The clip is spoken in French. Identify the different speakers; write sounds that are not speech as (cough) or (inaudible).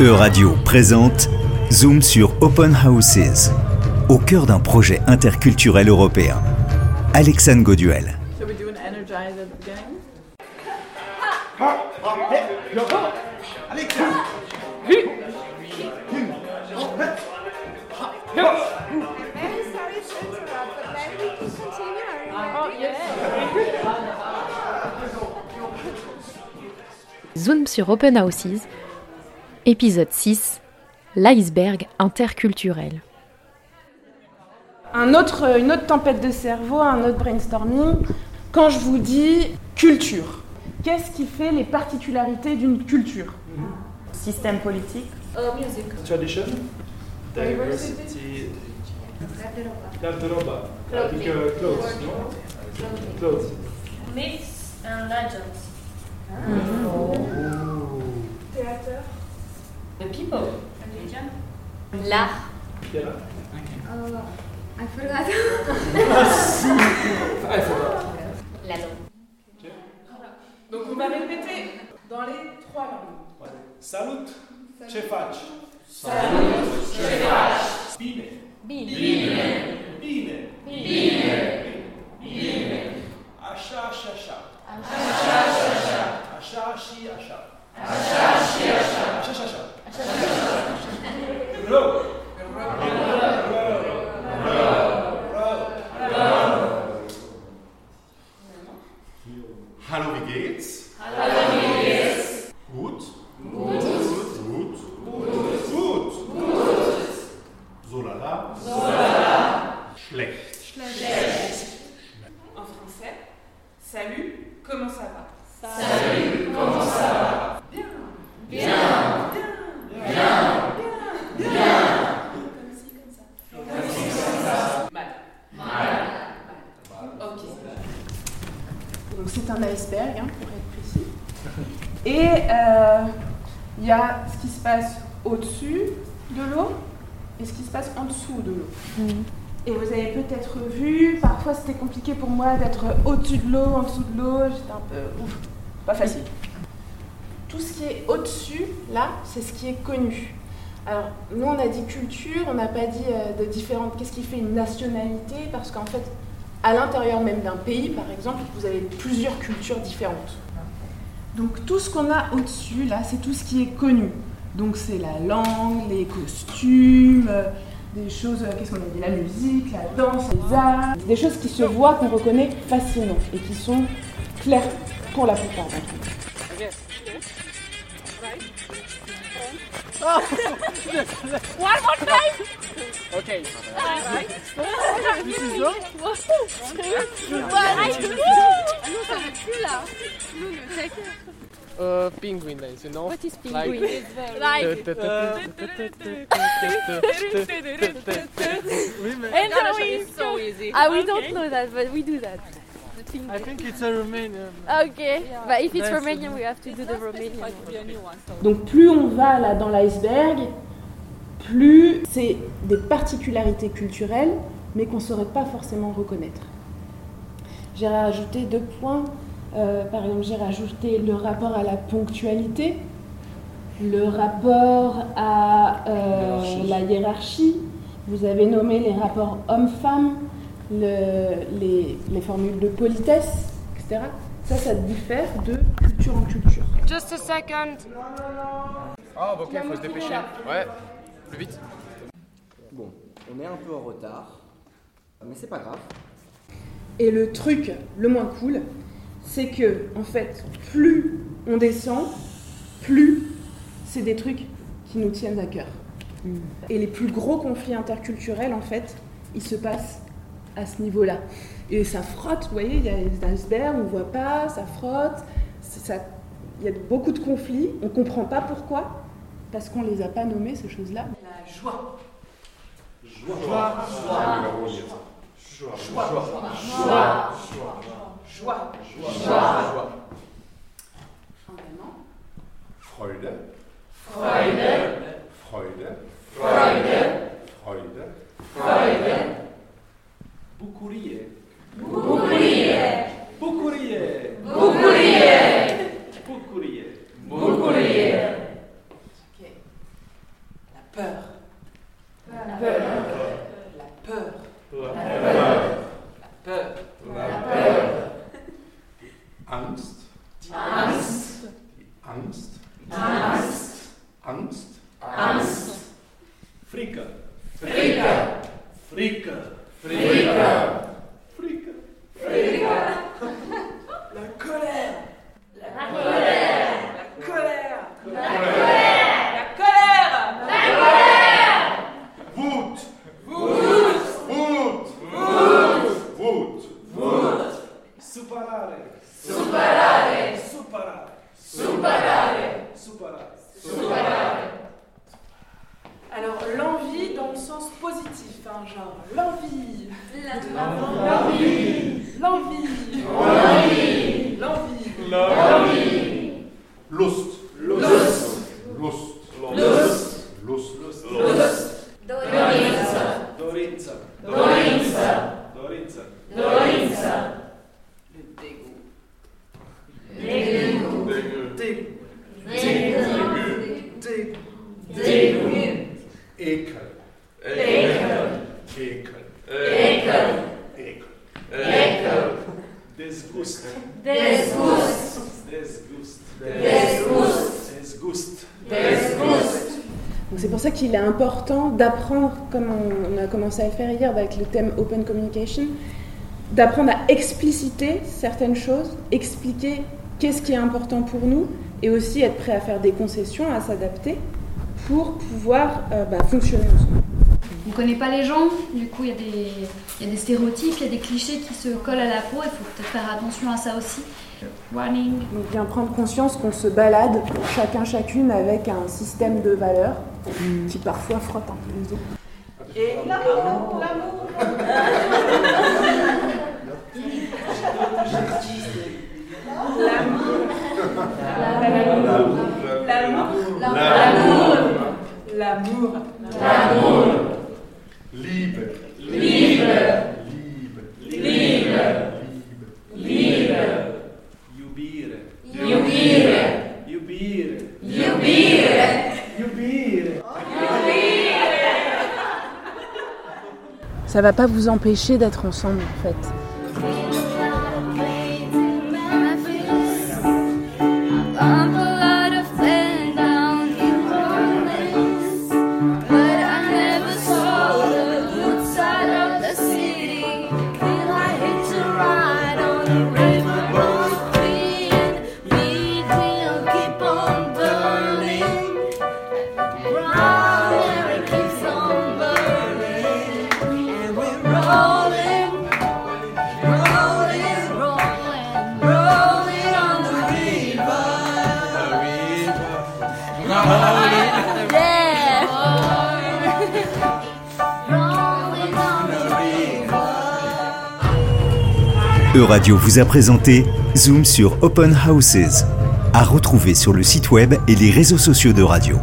Speaker 1: E-Radio présente Zoom sur Open Houses, au cœur d'un projet interculturel européen. Alexandre Goduel.
Speaker 2: Should we do an energize at the beginning?
Speaker 3: Very sorry to interrupt, but maybe we can continue our
Speaker 4: Zoom sur Open Houses, épisode 6, l'iceberg interculturel.
Speaker 5: un autre, une autre tempête de cerveau, un autre brainstorming, quand je vous dis culture. Qu'est-ce qui fait les particularités d'une culture
Speaker 2: Système politique.
Speaker 6: tradition, diversity, garderoba, like uh, clothes, no? clothes.
Speaker 7: myths and legends.
Speaker 8: Oh.
Speaker 7: The people. Religion. L'art.
Speaker 6: Yeah.
Speaker 3: Oh, I forgot.
Speaker 8: Ah,
Speaker 6: I forgot.
Speaker 7: La langue.
Speaker 5: Donc vous m'avez répété dans les trois langues.
Speaker 6: Salut, ce faci? Salut, ce faci? Bine. Bine. Bine. Bine. Bine. Așa, așa, așa. Așa, așa, așa. Așa și așa. Așa și așa. Așa și așa. Rău.
Speaker 8: Hallo, wie geht's? Hallo, wie geht's? Gut. Gut. Gut. Gut. Gut. So lala. So lala. Schlecht.
Speaker 5: En français, salut, comment ça va Donc c'est un iceberg, hein, pour être précis. Et euh, il y a ce qui se passe au-dessus de l'eau et ce qui se passe en dessous de l'eau. Et vous avez peut-être vu, parfois c'était compliqué pour moi d'être au-dessus de l'eau, en dessous de l'eau, j'étais un peu ouf, pas facile. Tout ce qui est au-dessus, là, c'est ce qui est connu. Alors, nous on a dit culture, on n'a pas dit euh, de différentes. Qu'est-ce qui fait une nationalité Parce qu'en fait, à l'intérieur même d'un pays, par exemple, vous avez plusieurs cultures différentes. Donc tout ce qu'on a au-dessus, là, c'est tout ce qui est connu. Donc c'est la langue, les costumes, euh, des choses, euh, qu'est-ce qu'on a dit, la musique, la danse, les arts, des choses qui se voient, qu'on reconnaît facilement et qui sont claires pour la plupart d'entre nous.
Speaker 9: Uh, penguin dance, you know? What is penguin? Like,
Speaker 10: (laughs)
Speaker 9: like.
Speaker 10: And no, it's so easy. Uh, we don't know that, but we do that.
Speaker 9: I think it's a Romanian.
Speaker 10: Okay, but if it's Romanian, we have to do the Romanian. one.
Speaker 5: Donc plus on va là dans l'iceberg, plus c'est des particularités culturelles, mais qu'on ne saurait pas forcément reconnaître. J'ai rajouté deux points. Euh, par exemple, j'ai rajouté le rapport à la ponctualité, le rapport à euh, la hiérarchie. Vous avez nommé les rapports homme-femme, le- les, les formules de politesse, etc. Ça, ça diffère de culture en culture.
Speaker 9: Ah, ok, faut se dépêcher. Ouais, plus vite.
Speaker 11: Bon, on est un peu en retard, mais c'est pas grave.
Speaker 5: Et le truc le moins cool, c'est que, en fait, plus on descend, plus c'est des trucs qui nous tiennent à cœur. Et les plus gros conflits interculturels, en fait, ils se passent à ce niveau-là. Et ça frotte, vous voyez, il y a des icebergs, on ne voit pas, ça frotte, c'est- ça- il y a beaucoup de conflits, on ne comprend pas pourquoi, parce qu'on ne les a pas nommés, ces choses-là. La joie.
Speaker 8: Freude. Freude. Freude. Freude.
Speaker 6: Bucurie. Bucurie. Bucurie. Bucurie. Bucurie. Bucurie.
Speaker 5: Peur.
Speaker 6: La peur.
Speaker 5: La peur.
Speaker 6: La peur.
Speaker 5: La peur.
Speaker 6: La peur.
Speaker 8: Angst.
Speaker 6: Die Angst.
Speaker 8: Die Angst.
Speaker 6: Die Angst.
Speaker 8: Angst.
Speaker 6: Angst.
Speaker 8: Frika.
Speaker 6: Frika.
Speaker 8: Frika.
Speaker 6: Frika.
Speaker 8: Frika.
Speaker 6: Frika.
Speaker 5: La colère.
Speaker 6: La colère.
Speaker 5: La colère.
Speaker 6: La colère.
Speaker 5: La colère.
Speaker 6: La colère.
Speaker 8: Wut.
Speaker 6: Wut.
Speaker 8: Wut.
Speaker 6: Wut.
Speaker 8: Wut.
Speaker 6: Wut.
Speaker 8: Superare.
Speaker 6: Superare.
Speaker 8: Superare.
Speaker 6: Superare.
Speaker 8: Superare.
Speaker 6: Superare.
Speaker 5: Alors l'envie dans le sens positif, hein, genre l'envie.
Speaker 6: L'envie.
Speaker 5: L'envie.
Speaker 6: L'envie.
Speaker 5: L'envie.
Speaker 6: L'envie.
Speaker 8: Lust.
Speaker 6: Lust.
Speaker 8: Lust.
Speaker 6: Lust.
Speaker 8: Lust.
Speaker 6: Lust. Dorinza.
Speaker 8: Dorinza.
Speaker 6: Dorinza.
Speaker 8: Dorinza.
Speaker 6: Dorinza.
Speaker 5: Le dégoût.
Speaker 6: Dégoût.
Speaker 8: Dégueu.
Speaker 5: Dégoût.
Speaker 6: Dégoût.
Speaker 5: Dégoût.
Speaker 6: Dégoût.
Speaker 8: Ekel.
Speaker 6: Ekel.
Speaker 8: Ekel.
Speaker 6: Ekel.
Speaker 8: Ekel.
Speaker 6: Ekel.
Speaker 8: Disgust.
Speaker 6: Disgust.
Speaker 8: Disgust.
Speaker 6: Disgust.
Speaker 8: Disgust.
Speaker 6: Disgust.
Speaker 5: Donc c'est pour ça qu'il est important d'apprendre, comme on on a commencé à le faire hier avec le thème Open Communication, d'apprendre à expliciter certaines choses, expliquer qu'est-ce qui est important pour nous, et aussi être prêt à faire des concessions, à s'adapter pour pouvoir euh, bah, fonctionner ensemble.
Speaker 12: On connaît pas les gens, du coup il y, a des- il y a des stéréotypes, il y a des clichés qui se collent à la peau, il faut peut-être faire attention à ça aussi. Warning.
Speaker 5: Donc bien prendre conscience qu'on se balade chacun chacune avec un système de valeurs qui parfois frotte un peu les autres. Et l'amour, l'amour. L'amour. L'amour. L'amour. L'amour.
Speaker 8: Liebe.
Speaker 6: Liebe.
Speaker 8: Liebe.
Speaker 6: Liebe. Liebe.
Speaker 8: Jubire.
Speaker 6: Jubire.
Speaker 8: Jubire.
Speaker 6: Jubire.
Speaker 8: Jubire.
Speaker 5: Ça va pas vous empêcher d'être ensemble en fait.
Speaker 6: Bump a lot of men down in Orleans, but I never saw the good side of the city till I hit a ride on a riverboat queen. We will keep on burning, brown air it keeps on burning, and we're rolling, rolling, rolling, rolling on the river. Yeah. (laughs) Rolling on the river.
Speaker 1: E-Radio vous a présenté Zoom sur Open Houses, à retrouver sur le site web et les réseaux sociaux de Radio.